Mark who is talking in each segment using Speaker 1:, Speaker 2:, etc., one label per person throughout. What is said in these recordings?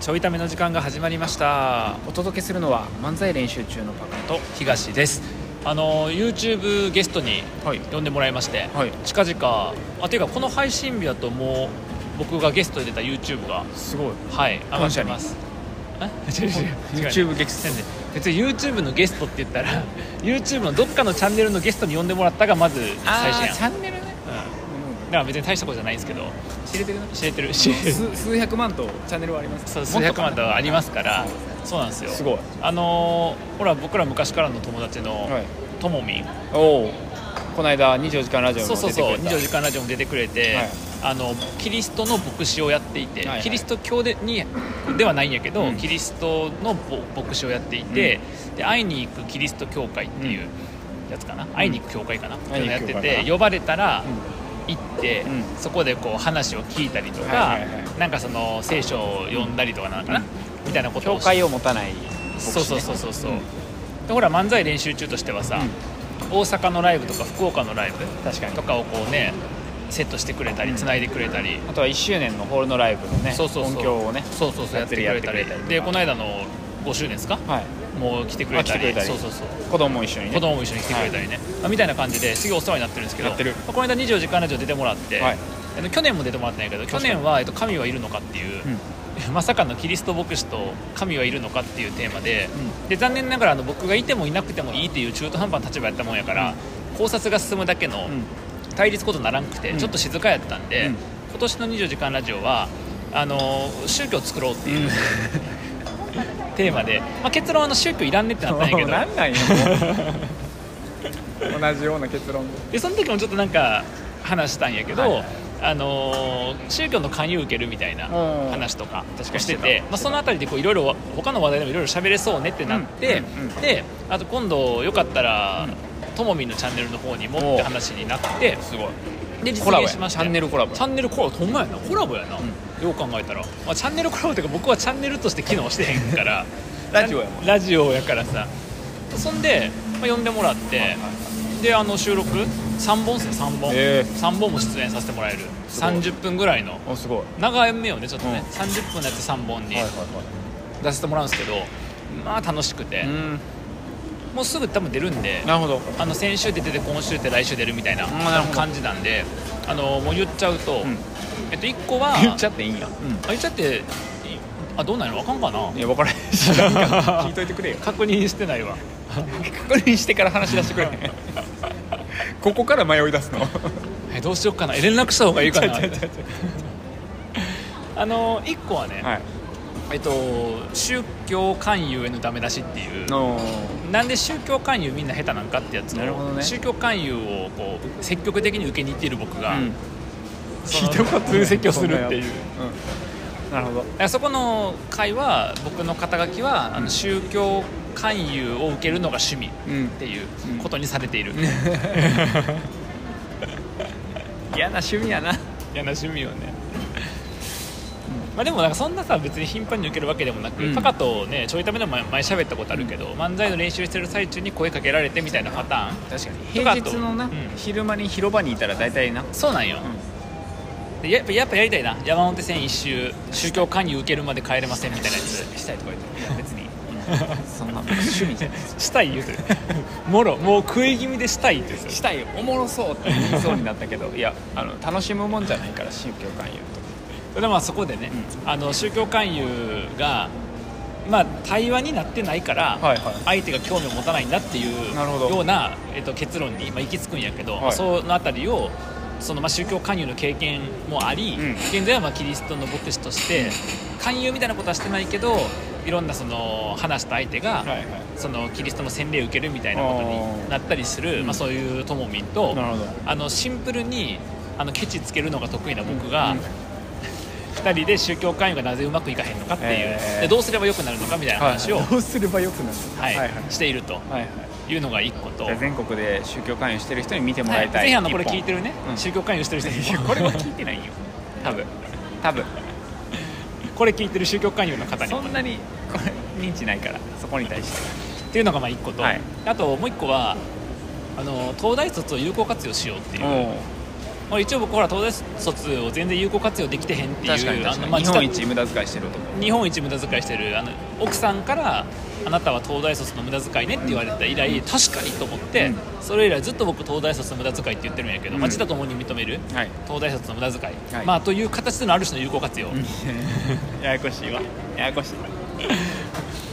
Speaker 1: ちょいための時間が始まりました
Speaker 2: お届けするのは漫才練習中のパカ
Speaker 1: と東ですあの YouTube ゲストに
Speaker 2: はい
Speaker 1: 呼んでもらいまして、
Speaker 2: はい
Speaker 1: 近々あていうかこの配信日だともう僕がゲストで出た YouTube が
Speaker 2: すごい
Speaker 1: はい上がってますえ 違う違う違う
Speaker 2: YouTube ゲスト
Speaker 1: 別に YouTube のゲストって言ったら YouTube のどっかのチャンネルのゲストに呼んでもらったがまず最初やん、うん、だ
Speaker 2: ャンネルね
Speaker 1: から別に大したことじゃないんですけど
Speaker 2: 知れ てるな
Speaker 1: 知れてるし
Speaker 2: 数数百万とチャンネルはあります
Speaker 1: そう
Speaker 2: も
Speaker 1: 数
Speaker 2: っと
Speaker 1: 百
Speaker 2: かな
Speaker 1: 万とありますからそうなんですよ
Speaker 2: すごい
Speaker 1: あのーほら僕ら昔からの友達の
Speaker 2: はい
Speaker 1: ともみん
Speaker 2: おおこの間24時間ラジオに
Speaker 1: そ
Speaker 2: も
Speaker 1: う
Speaker 2: 出
Speaker 1: そう
Speaker 2: てくれた
Speaker 1: そう「24時間ラジオ」も出てくれて、
Speaker 2: はい
Speaker 1: あのキリストの牧師をやっていて、
Speaker 2: はいはい
Speaker 1: キリスト教でにではないんやけど、
Speaker 2: うん
Speaker 1: キリストのぼ牧師をやっていて、で会いに行くキリスト教会っていうやつかな、会いに行く教会かな、っていうのやって
Speaker 2: 会いに行く教会
Speaker 1: て
Speaker 2: かな
Speaker 1: 呼ばれたら、
Speaker 2: うん
Speaker 1: 行って、
Speaker 2: うん
Speaker 1: そこでこう話を聞いたりとか、
Speaker 2: はいはいは
Speaker 1: なんかその聖書を読んだりとかなのかな、
Speaker 2: うん
Speaker 1: みたいなことを
Speaker 2: 教会を持たない牧師ね
Speaker 1: そうそうそうそうそう、
Speaker 2: うん
Speaker 1: でほら漫才練習中としてはさ、大阪のライブとか福岡のライブ
Speaker 2: 確かに
Speaker 1: とかをこうねセットしてくれたり
Speaker 2: うん
Speaker 1: 繋いでくれたり、
Speaker 2: あとは1周年のホールのライブのね
Speaker 1: そうそうそう
Speaker 2: 音響をね
Speaker 1: そうそうそうや
Speaker 2: や
Speaker 1: っ
Speaker 2: ってて
Speaker 1: く
Speaker 2: る
Speaker 1: れたり
Speaker 2: やってくれたりとか
Speaker 1: でこの間の5周年ですか
Speaker 2: はい
Speaker 1: もう来てくれた
Speaker 2: あ来てく
Speaker 1: り
Speaker 2: れたり
Speaker 1: そうそうそう
Speaker 2: 子供も一緒にね
Speaker 1: 子供も一緒に来てくれたりね、まあみたいな感じですごいお世話になってるんですけど
Speaker 2: なってる
Speaker 1: まあこの間『24時間ラジオ』出てもらって、
Speaker 2: はい
Speaker 1: あの去年も出てもらってないけど去
Speaker 2: かに
Speaker 1: 年は、えっと「神はいるのか」っていう、
Speaker 2: う ん
Speaker 1: まさかのキリスト牧師と神はいるのかっていうテーマで,、で残念ながらあの僕がいてもいなくてもいいっていう中途半端な立場やったもんやから、考察が進むだけの
Speaker 2: うん
Speaker 1: 対立ことならんくて、
Speaker 2: うん
Speaker 1: ちょっと静かやったんで、
Speaker 2: うん
Speaker 1: 今年の『24時間ラジオは』あのー宗教を作ろうっていう、 テーマで、まあ、結論はあの宗教いらんねってなったんやけ
Speaker 2: もう
Speaker 1: ど
Speaker 2: なんなん やもう同じような結論で
Speaker 1: でその時もちょっとなんか話したんやけど、
Speaker 2: はいはい
Speaker 1: あのー宗教の勧誘受けるみたいな
Speaker 2: うん
Speaker 1: 話とか
Speaker 2: 確かに
Speaker 1: して
Speaker 2: して
Speaker 1: て
Speaker 2: た
Speaker 1: まあ、そのあたりでこういろいろ他の話題でもいろいろ喋れそうねってなって、
Speaker 2: うんうんうん
Speaker 1: であと今度よかったら、ともみんのチャンネルの方にもって話になって
Speaker 2: すごい
Speaker 1: で実
Speaker 2: コラボ
Speaker 1: 現
Speaker 2: や
Speaker 1: しました
Speaker 2: チャンネルコラボや
Speaker 1: チャンネルコラボほんまやなコラボやな、よう考えたら、まあ、チャンネルコラボっていうか僕はチャンネルとして機能してへんから
Speaker 2: ラジオやもん
Speaker 1: ラジオやからさそんで、まあ、呼んでもらって、であの収録3本っすね3本、
Speaker 2: ええ
Speaker 1: 3本も出演させてもらえる
Speaker 2: すごい
Speaker 1: 30分ぐらいの
Speaker 2: おすごい
Speaker 1: 長めよねちょっとね、
Speaker 2: うん
Speaker 1: 30分のやつ3本に
Speaker 2: はいはい
Speaker 1: 出せてもらうんですけど、まあ楽しくて、
Speaker 2: はいうん
Speaker 1: もうすぐ多分出るんで
Speaker 2: なるほど
Speaker 1: あの先週で出て今週で来週出るみたいな
Speaker 2: うんなるほど
Speaker 1: 感じなんであのもう言っちゃうと、
Speaker 2: ん
Speaker 1: えっと1個は
Speaker 2: 言っちゃっていいんや
Speaker 1: あ言っちゃっていいあどうなんやろあかんかない
Speaker 2: や分からへんしなんか聞いといてくれよ
Speaker 1: 確認してないわ
Speaker 2: 確認してから話し出してくれ ここから迷い出す の
Speaker 1: えどうしよっかなえ連絡した方がいいかな
Speaker 2: ちゃちゃちゃち
Speaker 1: あの1個はね、
Speaker 2: はい
Speaker 1: えっと、宗教勧誘へのダメ出しっていう
Speaker 2: の
Speaker 1: なんで宗教勧誘みんな下手なんかってやつを
Speaker 2: なるほどね
Speaker 1: 宗教勧誘をこう積極的に受けに行っている僕が、そ
Speaker 2: 聞
Speaker 1: の
Speaker 2: いたことない
Speaker 1: 通説教するっていう
Speaker 2: うんなるほど
Speaker 1: あそこの会は僕の肩書きは、あの宗教勧誘を受けるのが趣味
Speaker 2: うん
Speaker 1: っていうことにされている、
Speaker 2: 嫌な趣味やな
Speaker 1: 嫌な趣味よねまあでもなんかそんなさ別に頻繁に受けるわけでもなく、
Speaker 2: うん
Speaker 1: パカとねちょいためでも前前喋ったことあるけど、漫才の練習してる最中に声かけられてみたいなパターン
Speaker 2: 確かに
Speaker 1: とか
Speaker 2: 平
Speaker 1: あと
Speaker 2: 日のな、
Speaker 1: うん
Speaker 2: 昼間に広場にいたら大体な
Speaker 1: そうなんよ、でやっぱやっぱやりたいな山手線一周宗教勧誘受けるまで帰れませんみたいなやつ
Speaker 2: したいとか言っていや別にそんな 趣味じゃない
Speaker 1: したい言うてるもろもう食い気味でしたいって言うて
Speaker 2: したいおもろそうって言いそうになったけどいやあの楽しむもんじゃないから宗教勧誘
Speaker 1: ただまあそこでね、あの宗教勧誘がまあ対話になってないから、
Speaker 2: はいはい
Speaker 1: 相手が興味を持たないんだっていう
Speaker 2: なるほど
Speaker 1: ような、えっと、結論に今行き着くんやけど、
Speaker 2: い
Speaker 1: まあそのあたりをそのまあ宗教勧誘の経験もあり、
Speaker 2: うん
Speaker 1: 現在はまあキリストの牧師として勧誘みたいなことはしてないけどいろんなその話した相手が、
Speaker 2: とはいはい
Speaker 1: そのキリストの洗礼を受けるみたいなことになったりする、
Speaker 2: ん
Speaker 1: まあ、そういうともみんと
Speaker 2: なるほど
Speaker 1: あのシンプルにあのケチつけるのが得意な僕が、
Speaker 2: う
Speaker 1: 二
Speaker 2: ん
Speaker 1: 2人で宗教勧誘がなぜうまくいかへんのかっていう、
Speaker 2: えー
Speaker 1: でどうすればよくなるのかみたいな話を、はい
Speaker 2: どうすればよくなるはいはい
Speaker 1: していると
Speaker 2: はいはい
Speaker 1: いうのが1個と。
Speaker 2: じゃあ全国で宗教勧誘してる人に見ても
Speaker 1: は
Speaker 2: ら
Speaker 1: い
Speaker 2: いたい、
Speaker 1: ぜひあのこれ聞いて
Speaker 2: る
Speaker 1: るね、
Speaker 2: うん
Speaker 1: 宗教勧誘してる人に
Speaker 2: これは聞いてないよ 多分多分
Speaker 1: これ聞いてる宗教勧誘の方に
Speaker 2: そ
Speaker 1: も
Speaker 2: んなにこれ認知ないからそこに対して
Speaker 1: っていうのがまあ1個と、
Speaker 2: はい
Speaker 1: あともう1個はあの東大卒を有効活用しようっていう
Speaker 2: お
Speaker 1: まあ、一応僕ほら東大卒を全然有効活用できてへんっていう
Speaker 2: 確かに
Speaker 1: あ
Speaker 2: 確か
Speaker 1: の
Speaker 2: に、
Speaker 1: まあ
Speaker 2: 日本一無駄遣いしてる男
Speaker 1: 日本一無駄遣いしてるあの奥さんから「あなたは東大卒の無駄遣いね」って言われた以来、確かにと思って、
Speaker 2: うん
Speaker 1: それ以来ずっと僕東大卒の無駄遣いって言ってるんやけど、
Speaker 2: うん
Speaker 1: まあ自他ともに認める
Speaker 2: はい
Speaker 1: 東大卒の無駄遣い、
Speaker 2: はい
Speaker 1: まあという形でのある種の有効活用、
Speaker 2: ややこしいわややこしい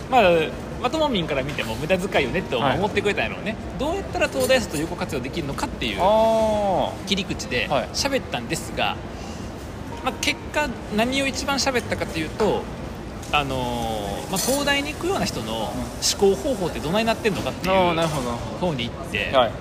Speaker 1: まあまあともみんから見ても無駄遣いよねって思ってくれたんやろうね、どうやったら東大卒と有効活用できるのかっていう
Speaker 2: あ
Speaker 1: 切り口で
Speaker 2: はい
Speaker 1: 喋ったんですが、まあ、結果何を一番喋ったかというと、あのーまあ、東大に行くような人の思考方法ってどないなってんのかってい
Speaker 2: あああなる
Speaker 1: う
Speaker 2: ほど
Speaker 1: 方に行って、
Speaker 2: はい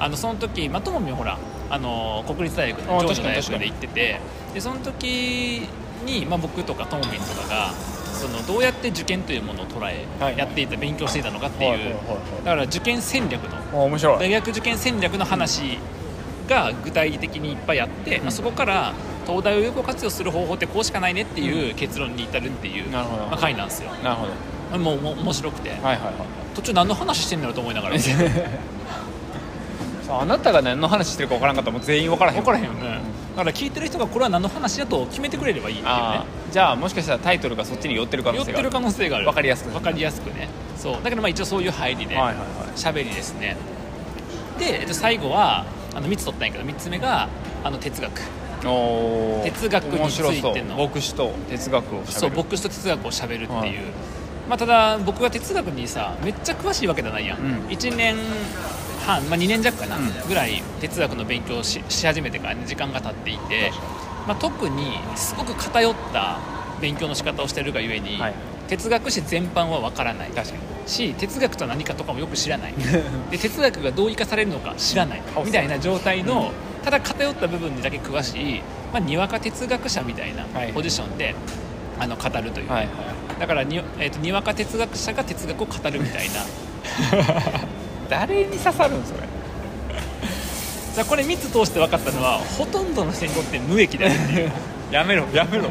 Speaker 1: あのその時まあともみんほら、あのー国立大学
Speaker 2: あ
Speaker 1: の
Speaker 2: あ
Speaker 1: 上
Speaker 2: 確
Speaker 1: 智
Speaker 2: かに
Speaker 1: 大
Speaker 2: 確か
Speaker 1: 学
Speaker 2: に
Speaker 1: で行っててでその時に、まあ、僕とかともみんとかがそのどうやって受験というものを捉え、
Speaker 2: はい
Speaker 1: やっていた勉強していたのかっていう、
Speaker 2: はいはいはいはい
Speaker 1: だから受験戦略の
Speaker 2: あ面白
Speaker 1: 大学受験戦略の話が具体的にいっぱいあって、まあ、そこから東大を有効活用する方法ってこうしかないねっていう結論に至るっていう、
Speaker 2: なるほど
Speaker 1: まあ、回なんですよ
Speaker 2: なるほど
Speaker 1: もうもう面白くて
Speaker 2: はいはいは
Speaker 1: 途中何の話してんだろうと思いながら分
Speaker 2: いさああなたが何の話してるか分からんかったらもう全員分からへん
Speaker 1: からへんよねだから聞いてる人がこれは何の話だと決めてくれればいいっていう
Speaker 2: あ
Speaker 1: ね
Speaker 2: あじゃあもしかしたらタイトルがそっちに寄ってる可
Speaker 1: 寄
Speaker 2: 能
Speaker 1: って
Speaker 2: 性があ
Speaker 1: る
Speaker 2: る
Speaker 1: 可能性がある
Speaker 2: わかりやすくね
Speaker 1: わかりやすくねそうだけどまあ一応そういう入りで
Speaker 2: はいはいはい
Speaker 1: 喋りですねでえっと最後はあの3つ取ったんやけど3つ目があの哲学
Speaker 2: おー
Speaker 1: 哲学についての
Speaker 2: 面白そう牧師と哲学をしゃべる
Speaker 1: そう牧師と哲学をしゃべるっていう、
Speaker 2: はい
Speaker 1: まあ、ただ僕が哲学にさめっちゃ詳しいわけじゃないやん、
Speaker 2: うん
Speaker 1: 1年半、まあ、2年弱かな、
Speaker 2: うん
Speaker 1: ぐらい哲学の勉強をしし始めてから、ね、時間が経っていて
Speaker 2: 確か、
Speaker 1: まあ、特にすごく偏った勉強の仕方をしてるがゆえに、
Speaker 2: はい
Speaker 1: 哲学史全般は分からない
Speaker 2: 確かに
Speaker 1: し哲学とは何かとかもよく知ら ないで哲学がどう生かされるのか知らない
Speaker 2: あ
Speaker 1: みたいな状態の、ただ偏った部分にだけ詳しい、まあ、にわか哲学者みたいな
Speaker 2: はい
Speaker 1: ポジションで、あの語るという、
Speaker 2: はいはい
Speaker 1: だからに,、えー、とにわか哲学者が哲学を語るみたいな
Speaker 2: 誰に刺さるんそれ
Speaker 1: じゃあこれ3つ通して分かったのはほとんどの人にとって無益だよ っていう
Speaker 2: やめろやめろや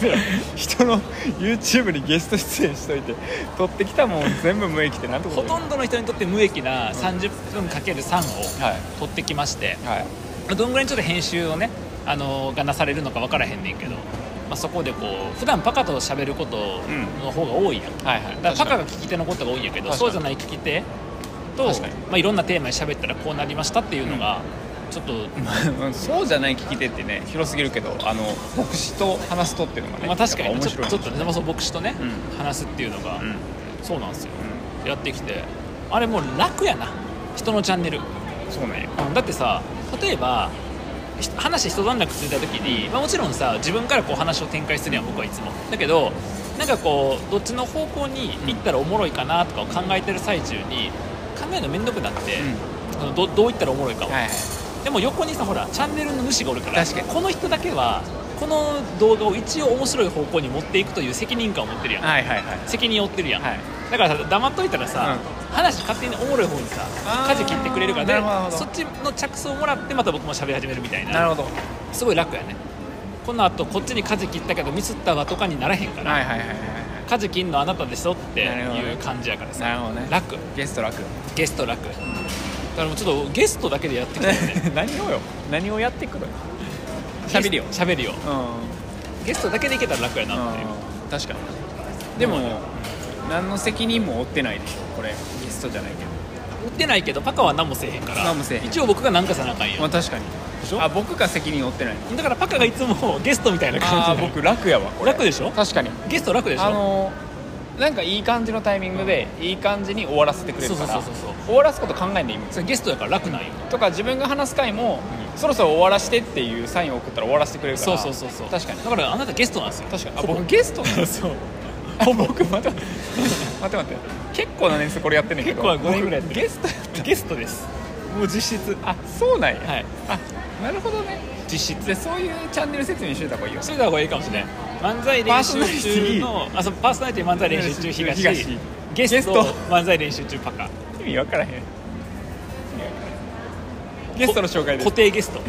Speaker 2: めろ人の YouTube にゲスト出演しといて撮ってきたもん全部無益ってなんてこ
Speaker 1: ほ
Speaker 2: と
Speaker 1: とんどの人にとって無益な30分 ×3 を
Speaker 2: はい
Speaker 1: 取ってきまして、
Speaker 2: はい
Speaker 1: まあどんぐらいにちょっと編集をね、あのーがなされるのか分からへんねんけど、まあ、そこでこう普段パカと喋ることの方が多いやん、だか
Speaker 2: はいはい
Speaker 1: らパカが聞き手のことが多いんやけど
Speaker 2: 確か
Speaker 1: そう
Speaker 2: に
Speaker 1: じゃない聞き手と、ま
Speaker 2: 確かに
Speaker 1: あ、いろんなテーマに喋ったらこうなりましたっていうのが、ちょっと
Speaker 2: うんそうじゃない聞き手ってね広すぎるけどあの牧師と話すとっていうのがね、
Speaker 1: まあ、確かに
Speaker 2: やっ
Speaker 1: ね
Speaker 2: ぱ
Speaker 1: ちょ
Speaker 2: 面
Speaker 1: っ
Speaker 2: 白
Speaker 1: とちょ
Speaker 2: い
Speaker 1: っとね、まあ、そう牧師とね、
Speaker 2: う
Speaker 1: 話すっていうのが、
Speaker 2: うん
Speaker 1: そうなんですよ、やってきてあれもう楽やな人のチャンネル、
Speaker 2: そうなんや
Speaker 1: うんだってさ例えばひ話一段落ついた時に、まあ、もちろんさ自分からこう話を展開するやん僕はいつもだけどなんかこうどっちの方向に行ったらおもろいかなとかを考えてる最中に考えるの面倒くなって、あのどどういったらおもろいかを、
Speaker 2: はいはい
Speaker 1: でも横にさほらチャンネルの主がおるから
Speaker 2: 確かに
Speaker 1: この人だけはこの動画を一応面白い方向に持っていくという責任感を持ってるやん、
Speaker 2: はいはいはい
Speaker 1: 責任を負ってるやん、
Speaker 2: はい
Speaker 1: だからさ黙っといたらさ、話勝手におもろい方にさ
Speaker 2: あー
Speaker 1: 舵切ってくれるか
Speaker 2: なるほどなる
Speaker 1: ら
Speaker 2: ほ
Speaker 1: で
Speaker 2: ど
Speaker 1: そっちの着想をもらってまた僕も喋り始めるみたいな
Speaker 2: なるほど
Speaker 1: すごい楽やねこのあとこっちに舵切ったけどミスったわとかにならへんから、
Speaker 2: はいはいはいはいはい
Speaker 1: 舵切んのあなたでしょって
Speaker 2: なるほど
Speaker 1: い
Speaker 2: ね
Speaker 1: う感じやからさ、
Speaker 2: なるほどね
Speaker 1: 楽
Speaker 2: ゲスト楽
Speaker 1: ゲスト楽だからもうちょっとゲストだけでやってきたよね
Speaker 2: 何をよ何をやってくる 喋りよ
Speaker 1: 喋りよ
Speaker 2: うん
Speaker 1: ゲストだけでいけたら楽やなっていう
Speaker 2: 確かにでも、何の責任も負ってないでしょこれゲストじゃないけど
Speaker 1: 売ってないけどパカは何もせえへんから
Speaker 2: 何もせえへん
Speaker 1: 一応僕が何かさなあかんや
Speaker 2: まあ
Speaker 1: ん
Speaker 2: 確かにあ僕が責任負 ってない
Speaker 1: だからパカがいつもゲストみたいな
Speaker 2: あ
Speaker 1: 感じで
Speaker 2: ー僕楽やわこれ
Speaker 1: 楽でしょ
Speaker 2: 確かに
Speaker 1: ゲスト楽でしょ
Speaker 2: あのーなんかいい感じのタイミングでいい感じに終わらせてくれるから
Speaker 1: そうそうそうそう
Speaker 2: 終わらすこと考えんでいいもん
Speaker 1: それゲストやから楽なんよ
Speaker 2: とか自分が話す回も、
Speaker 1: う
Speaker 2: そろそろ終わらしてっていうサインを送ったら終わらせてくれるか
Speaker 1: そう
Speaker 2: ら
Speaker 1: そうそう そう
Speaker 2: 確かに
Speaker 1: だからあなたゲストなんですよ
Speaker 2: 確かにあ
Speaker 1: ほぼ
Speaker 2: 僕ゲストなんです
Speaker 1: そう
Speaker 2: あ僕待って待って待って待って結構な年数これやってんねんけど
Speaker 1: 結構は5年ぐらいやって
Speaker 2: 僕
Speaker 1: る
Speaker 2: ゲストや
Speaker 1: ゲストですもう実質
Speaker 2: あそうなんや、
Speaker 1: はい
Speaker 2: あなるほどね
Speaker 1: 実質
Speaker 2: でそういうチャンネル説明してた方がいいよ
Speaker 1: それた方がいいかもしれない漫才
Speaker 2: パー
Speaker 1: 練
Speaker 2: ソ
Speaker 1: 習
Speaker 2: ナリティ
Speaker 1: 中のあそうパーソナリティ漫才練習中東
Speaker 2: 東
Speaker 1: ゲスト
Speaker 2: ゲスト
Speaker 1: 漫才練習中パカ
Speaker 2: 意味分からへん意味分からへんゲストの紹介です
Speaker 1: 固定 ゲスト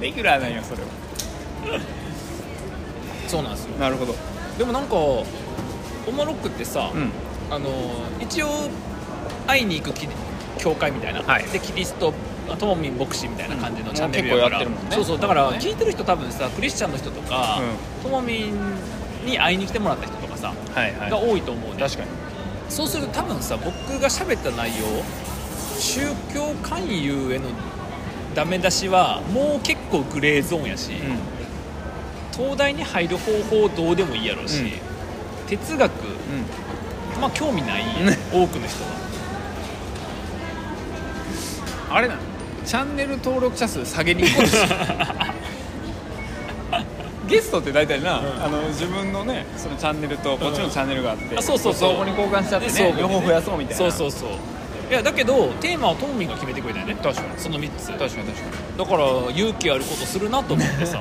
Speaker 2: レギュラーなんよそれは
Speaker 1: そうなんですよ
Speaker 2: なるほど
Speaker 1: でもなんかおもろくってさ、
Speaker 2: うん
Speaker 1: あの一応会いに行くキリ教会みたいな、
Speaker 2: はい
Speaker 1: でキリストあともみん牧師みたいな感じのチャンネル
Speaker 2: うんも
Speaker 1: やか
Speaker 2: う結構やっ
Speaker 1: ら、
Speaker 2: てるもんね
Speaker 1: そうそうだから聞いてる人多分さクリスチャンの人とか、ともみんに会いに来てもらった人とかさ、
Speaker 2: はい
Speaker 1: が多いと思うね
Speaker 2: 確かに
Speaker 1: そうすると多分さ僕が喋った内容宗教勧誘へのダメ出しはもう結構グレーゾーンやし、東大に入る方法どうでもいいやろうし、
Speaker 2: うん
Speaker 1: 哲学
Speaker 2: うん、うん、
Speaker 1: まあ興味ない
Speaker 2: ね
Speaker 1: 多くの人は
Speaker 2: あれなのチャンネル登録者数下げに行こうとしてる ゲストって大体な、
Speaker 1: うん
Speaker 2: あの自分のねそのチャンネルとこっちのチャンネルがあって、
Speaker 1: あそうそうそう
Speaker 2: こに交換しちゃって
Speaker 1: ね
Speaker 2: ね
Speaker 1: そう
Speaker 2: 両方増やそうみたいな
Speaker 1: そうそうそういやだけどテーマはトーミンが決めてくれたよね
Speaker 2: 確かに
Speaker 1: その3つ
Speaker 2: 確かに確か
Speaker 1: だから勇気あることするなと思って さ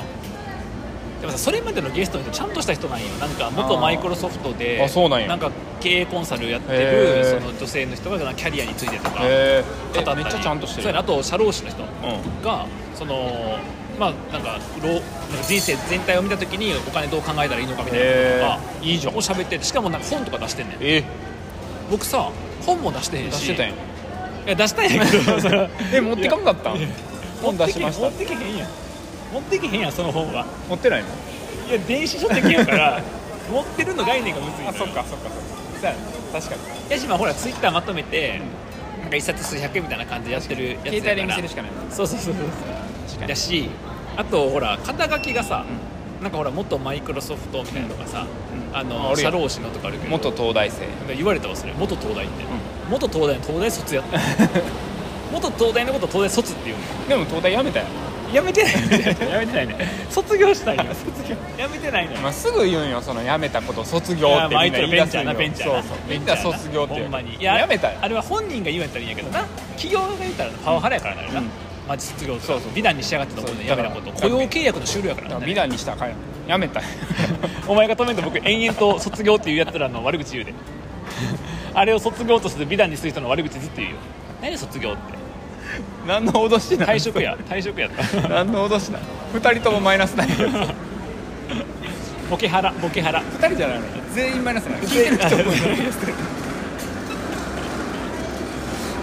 Speaker 1: でもさそれまでのゲストの人ちゃんとした人なんよなんか元
Speaker 2: あー
Speaker 1: マイクロソフトで
Speaker 2: あそうなんや
Speaker 1: か経営コンサルやって
Speaker 2: へ
Speaker 1: る
Speaker 2: ー
Speaker 1: その女性の人がなんかキャリアについてとか
Speaker 2: にへ
Speaker 1: 語った
Speaker 2: え
Speaker 1: り
Speaker 2: めっちゃちゃんとして
Speaker 1: そう
Speaker 2: る
Speaker 1: やねあと社労士の人
Speaker 2: う
Speaker 1: がそのまあなんか老なんか人生全体を見た時にお金どう考えたらいいのかみたいなのとかいいじゃんを喋っててしかもなんか本とか出してんねん
Speaker 2: え
Speaker 1: 僕さ本も出してへん
Speaker 2: 出
Speaker 1: し
Speaker 2: してたんや
Speaker 1: いや出したんやけどそれ
Speaker 2: え持ってかんかったん
Speaker 1: いや
Speaker 2: 本出しまし
Speaker 1: 持
Speaker 2: た
Speaker 1: ってけへんやん持ってけへんやんその本は
Speaker 2: 持ってないの
Speaker 1: いや電子書籍やから 持ってるの概念がむずいのよ
Speaker 2: かそっかそっかそうやね確かに
Speaker 1: いやし今ほらツイッターまとめて、なんか一冊数百円みたいな感じでやってるやつやから
Speaker 2: 携帯で見せるしかない
Speaker 1: そうそうそうそう
Speaker 2: 確
Speaker 1: だしあとほら肩書きがさ、なんかほら元マイクロソフトみたいなのがさ、
Speaker 2: うん
Speaker 1: あ
Speaker 2: あ
Speaker 1: の
Speaker 2: ある
Speaker 1: 社
Speaker 2: やん
Speaker 1: 労士のとかあるけど
Speaker 2: 元東大生
Speaker 1: なんか言われたわそれ元東大って、元東大の東大卒や った元東大のことを東大卒って言うの
Speaker 2: でも東大やめたやん
Speaker 1: やめてないやめてないね卒業したいよ卒業やめてないのよ
Speaker 2: まあ、すぐ言うんよその辞めたことを卒業
Speaker 1: い
Speaker 2: っ
Speaker 1: や
Speaker 2: て
Speaker 1: まあい
Speaker 2: みん
Speaker 1: つ
Speaker 2: な
Speaker 1: ら
Speaker 2: 言い
Speaker 1: ベン
Speaker 2: 出
Speaker 1: チ
Speaker 2: す
Speaker 1: ャー
Speaker 2: ん
Speaker 1: な
Speaker 2: よ
Speaker 1: ベンチャーな
Speaker 2: そうそうみんな卒業って
Speaker 1: ほんまにいや
Speaker 2: やめたよ
Speaker 1: あれは本人が言うんやったらいいんやけどな企業が言ったらパワハラやからなあれな、
Speaker 2: うん
Speaker 1: マジ卒業とか
Speaker 2: そうそう
Speaker 1: 美談にしやがってと思うね
Speaker 2: そう
Speaker 1: やめなこと
Speaker 2: だか
Speaker 1: 雇
Speaker 2: ら
Speaker 1: 用契約の終了やか
Speaker 2: だ
Speaker 1: ら
Speaker 2: か
Speaker 1: な
Speaker 2: ら美談にしたらあかんやんやめ たよ
Speaker 1: お前が止めると僕延々と卒業っていうやつらの悪口言う であれを卒業とする美談にする人の悪口ずっと言うよ何で卒業って
Speaker 2: 何の脅しな
Speaker 1: 退 職や退職やった
Speaker 2: 何の脅しな2人ともマイナスない2
Speaker 1: ボケハラボケハラ
Speaker 2: 人じゃないの全員マイナスない聞いてる人もマイナス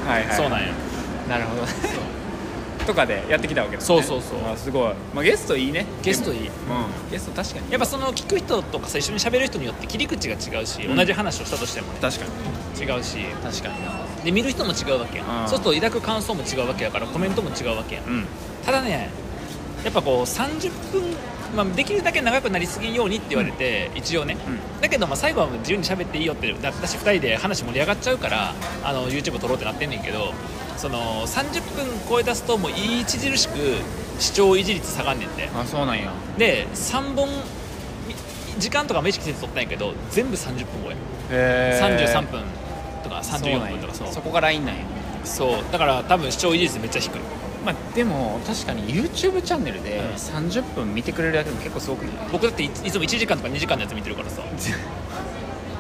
Speaker 2: はいは い
Speaker 1: そうなんや
Speaker 2: なるほどねとかでやってきたわけです、ね、
Speaker 1: そうそうそう
Speaker 2: あすごい、まあ、ゲストいいね
Speaker 1: ゲスト
Speaker 2: いい、
Speaker 1: いい
Speaker 2: うん、ゲスト確かに
Speaker 1: やっぱその聞く人とかさ一緒に喋る人によって切り口が違うし、
Speaker 2: うん
Speaker 1: 同じ話をしたとしてもね
Speaker 2: 確かに
Speaker 1: 違うし
Speaker 2: 確かにな
Speaker 1: で見る人も違うわけや
Speaker 2: うん
Speaker 1: んそうすると抱く感想も違うわけやからコメントも違うわけやん
Speaker 2: うん
Speaker 1: ただねやっぱこう30分、まあ、できるだけ長くなりすぎんようにって言われて、一応ね、だけどまあ最後はもう自由に喋っていいよってだ私2人で話盛り上がっちゃうからあの YouTube 撮ろうってなってんねんけどその30分超え出すともう著しく視聴維持率下がんねんて
Speaker 2: あそうなんや
Speaker 1: で3本み時間とかも意識せず撮ったんやけど全部30分超え、
Speaker 2: へ
Speaker 1: 33分とか34分とかそう
Speaker 2: こがラインなんや
Speaker 1: そうだから多分視聴維持率めっちゃ低い
Speaker 2: まあでも確かに YouTube チャンネルで
Speaker 1: うん
Speaker 2: 30分見てくれるだけでも結構すごくない
Speaker 1: 僕だっていいつも1時間とか2時間のやつ見てる からさ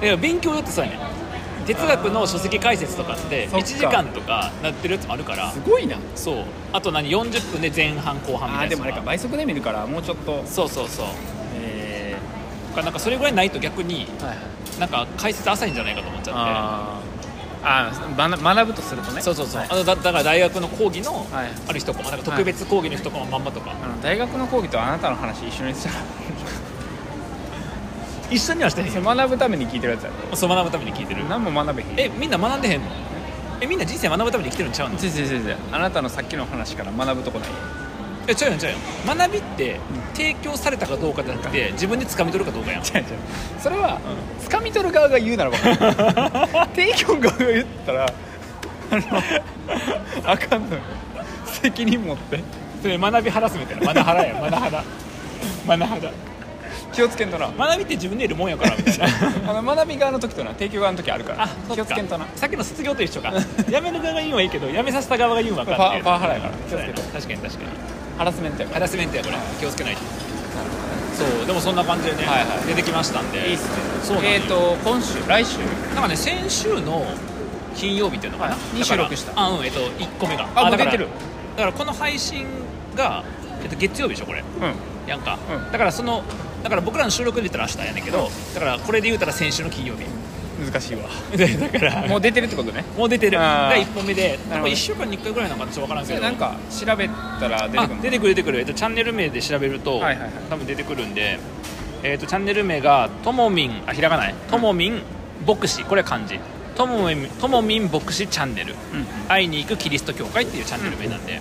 Speaker 1: いや勉強だってそうやねん哲学の書籍解説とかって
Speaker 2: そっか
Speaker 1: 1時間とかなってるやつもあるから
Speaker 2: すごいな
Speaker 1: そうあと何40分で前半後半み
Speaker 2: あ
Speaker 1: た
Speaker 2: ー
Speaker 1: いなや
Speaker 2: で
Speaker 1: つと
Speaker 2: もあれか倍速で見るからもうちょっと
Speaker 1: そうそうそう
Speaker 2: え
Speaker 1: だからなんかそれぐらいないと逆に
Speaker 2: ーはいはい
Speaker 1: なんか解説浅いんじゃないかと思っちゃっ
Speaker 2: あーあー学学ぶとするとね
Speaker 1: てそうそうそう、
Speaker 2: はい
Speaker 1: あのだだから大学の講義の
Speaker 2: はい
Speaker 1: ある一コマなんか特別講義の一コマまんまとか、
Speaker 2: あの大学の講義とあなたの話一緒にした ら
Speaker 1: 一緒にはしてへん
Speaker 2: そ
Speaker 1: よ
Speaker 2: れ学ぶために聞いてるやつや
Speaker 1: そう学ぶために聞いてる
Speaker 2: ろ何も学べへん
Speaker 1: えみんな学んでへんのえみんな人生学ぶために生きてるんちゃうの
Speaker 2: 違う違う違う違うあなたのさっきの話から学ぶとこない
Speaker 1: え違うよ違うよ学びって提供されたかどうかじゃなくて自分で掴み取るかどうかやん
Speaker 2: 違う違うそれは、掴み取る側が言うならば 提供側が言ったらあのあかんのよ責任持って
Speaker 1: それ学びハラスメントやマナハラやマナハラマナハラ
Speaker 2: 気をつけんとな
Speaker 1: 学びって自分でいるもんやからみたい な
Speaker 2: あの学び側の時とな提供側の時あるから
Speaker 1: そっ
Speaker 2: 気
Speaker 1: か
Speaker 2: をつけんとな
Speaker 1: さっきの卒業と一 緒か辞める側が言うはいいけど辞めさせた側が言うはあかんっていう
Speaker 2: パワパワハラやから
Speaker 1: そうやな
Speaker 2: 気を
Speaker 1: 確かに確かに
Speaker 2: ハラスメントやか
Speaker 1: ハ
Speaker 2: ら
Speaker 1: ラスメントやこれ気をつけないとそうでもそんな感じでね、
Speaker 2: はいはい
Speaker 1: 出てきましたんで
Speaker 2: いいっすね
Speaker 1: そうなんよ
Speaker 2: えっ、と今週来週
Speaker 1: なんかね先週の金曜日っていうのかな、
Speaker 2: はい
Speaker 1: だから
Speaker 2: 26した
Speaker 1: あうんえっと1個目が
Speaker 2: あもう
Speaker 1: だから
Speaker 2: 出てる
Speaker 1: だからこの配信が、えっと、月曜日でしょこれ
Speaker 2: うん
Speaker 1: やんか、
Speaker 2: うん
Speaker 1: だからそのだから僕らの収録で言ったら明日やねんけど、だからこれで言うたら先週の金曜日
Speaker 2: 難しいわ
Speaker 1: で だから
Speaker 2: もう出てるってことね
Speaker 1: もう出てる
Speaker 2: あー
Speaker 1: 第1本目で
Speaker 2: な
Speaker 1: な
Speaker 2: る
Speaker 1: ん
Speaker 2: ほ
Speaker 1: か
Speaker 2: ど
Speaker 1: 1週間に1回ぐらいなのかなちょっと分からん
Speaker 2: そ
Speaker 1: け
Speaker 2: れ
Speaker 1: ど
Speaker 2: なんか調べたら出て
Speaker 1: あ
Speaker 2: くるの
Speaker 1: 出てくる出てくる、えっと、チャンネル名で調べると、
Speaker 2: はいはいはい
Speaker 1: 多分出てくるんで、えっと、チャンネル名がともみんあひらがないともみん牧師これ漢字ともみんともみん牧師チャンネル、
Speaker 2: うん
Speaker 1: 会いに行くキリスト教会っていうチャンネル名なんで、はい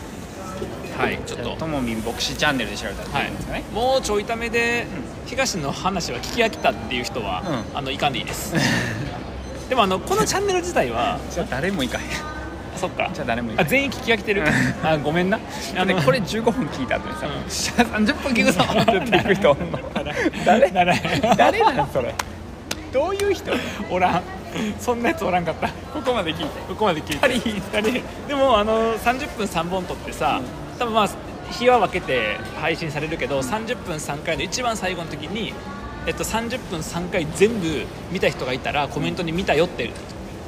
Speaker 1: ちょっと
Speaker 2: ともみん牧師チャンネルで調べたら
Speaker 1: は
Speaker 2: 出てくるんですかね
Speaker 1: い、もうちょいためで、東の話は聞き飽きたっていう人は、
Speaker 2: うん
Speaker 1: あのいかんでいいです でもあのこのチャンネル自体は
Speaker 2: じゃあ誰も行かへん じ
Speaker 1: そっか
Speaker 2: ゃあ誰も行か
Speaker 1: あ
Speaker 2: へん
Speaker 1: 全員聞き飽き てる
Speaker 2: う
Speaker 1: あごめんな
Speaker 2: だ
Speaker 1: あ
Speaker 2: って
Speaker 1: の
Speaker 2: これ15分聞いた後にさ
Speaker 1: う
Speaker 2: 「
Speaker 1: ん
Speaker 2: しゃ30分聞くぞ!」って行く人おんの誰
Speaker 1: ならん
Speaker 2: 誰なんそれどういう人
Speaker 1: おらんそんなやつおらんかった
Speaker 2: ここまで聞いて
Speaker 1: ここまで聞いて二人でもあの30分3本撮ってさ、多分まあ日は分けて配信されるけど、30分3回の一番最後の時に、えっと、30分3回全部見た人がいたらコメントに「見たよ」って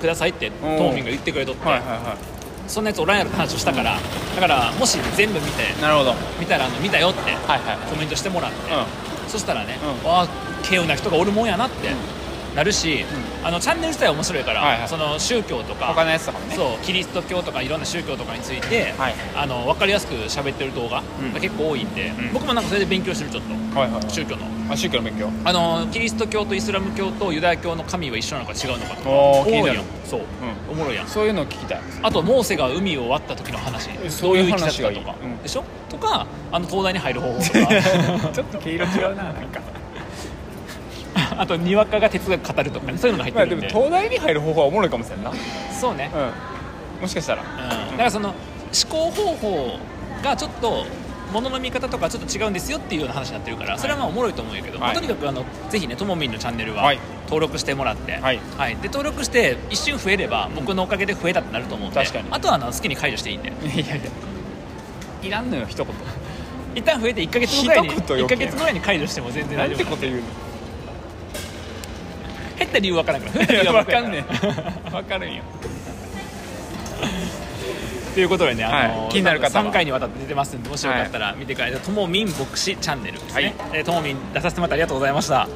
Speaker 1: くださいってト
Speaker 2: おう
Speaker 1: ーミンが言ってくれとって、
Speaker 2: はいはいは
Speaker 1: そんなやつおらんやろって話をしたから、だからもし全部見て
Speaker 2: いなるほどはい
Speaker 1: 見たらあの「見たよ」って
Speaker 2: はい
Speaker 1: コメントしてもらって、そしたらね、
Speaker 2: う
Speaker 1: ああ稀有な人がおるもんやなってなるし、あのチャンネル自体は面白いから、
Speaker 2: はいはい
Speaker 1: その宗教とか
Speaker 2: 他のやつとかもね
Speaker 1: そうキリスト教とかいろんな宗教とかについて、
Speaker 2: はい
Speaker 1: あの分かりやすく喋ってる動画
Speaker 2: うん
Speaker 1: が結構多いんで、
Speaker 2: うん
Speaker 1: 僕もなんかそれで勉強してるちょっと
Speaker 2: はいはい
Speaker 1: 宗教の
Speaker 2: あ宗教の勉強
Speaker 1: あのキリスト教とイスラム教とユダヤ教の神は一緒なのか違うのかとか
Speaker 2: おー
Speaker 1: おも
Speaker 2: 気に
Speaker 1: ろ
Speaker 2: ないる
Speaker 1: やんそう、おもろいやん
Speaker 2: そういうのを聞 きたい
Speaker 1: あとモーセが海を割った時の話ど
Speaker 2: えそうう
Speaker 1: い
Speaker 2: いうう
Speaker 1: 生き
Speaker 2: 話
Speaker 1: 方
Speaker 2: がいい
Speaker 1: とか
Speaker 2: うん
Speaker 1: でしょとかあの東大に入る方法と か
Speaker 2: ちょっと毛色違うななんか
Speaker 1: あとにわかが哲学語るとかねそういうのが入っ
Speaker 2: まあ
Speaker 1: て
Speaker 2: で
Speaker 1: るん
Speaker 2: も
Speaker 1: で、
Speaker 2: 東大に入る方法はおもろいかもしれんな
Speaker 1: そうね、
Speaker 2: うんもしかしたら
Speaker 1: うん、だからその思考方法がちょっとものの見方とかちょっと違うんですよっていうような話になってるからそれはまあおもろいと思うんやけど、
Speaker 2: は
Speaker 1: ま
Speaker 2: い
Speaker 1: あとにかくあのぜひねともみんのチャンネルは
Speaker 2: はい
Speaker 1: 登録してもらって、
Speaker 2: はい
Speaker 1: で登録して一瞬増えれば僕のおかげで増えたってなると思うんで
Speaker 2: 確かに
Speaker 1: あとはあの好きに解除していいんで
Speaker 2: いやいやいらんのよ一言
Speaker 1: 一旦増えて1か月後ぐらいに
Speaker 2: 一言余
Speaker 1: 1
Speaker 2: 計
Speaker 1: ヶ月ぐらいに解除しても全然
Speaker 2: な
Speaker 1: 大
Speaker 2: ん
Speaker 1: 丈夫
Speaker 2: てこと言うの
Speaker 1: 減った理由わからんから増えた理
Speaker 2: い
Speaker 1: 由
Speaker 2: や
Speaker 1: わ
Speaker 2: わ
Speaker 1: から
Speaker 2: か
Speaker 1: ん
Speaker 2: んね
Speaker 1: から
Speaker 2: えわかるんよ
Speaker 1: ということでね、あの
Speaker 2: はい気になる方は
Speaker 1: 3回にわたって出てますんでもしよかったら見てくださいともみん牧師チャンネルですね、えーともみん出させてもらってありがとうございました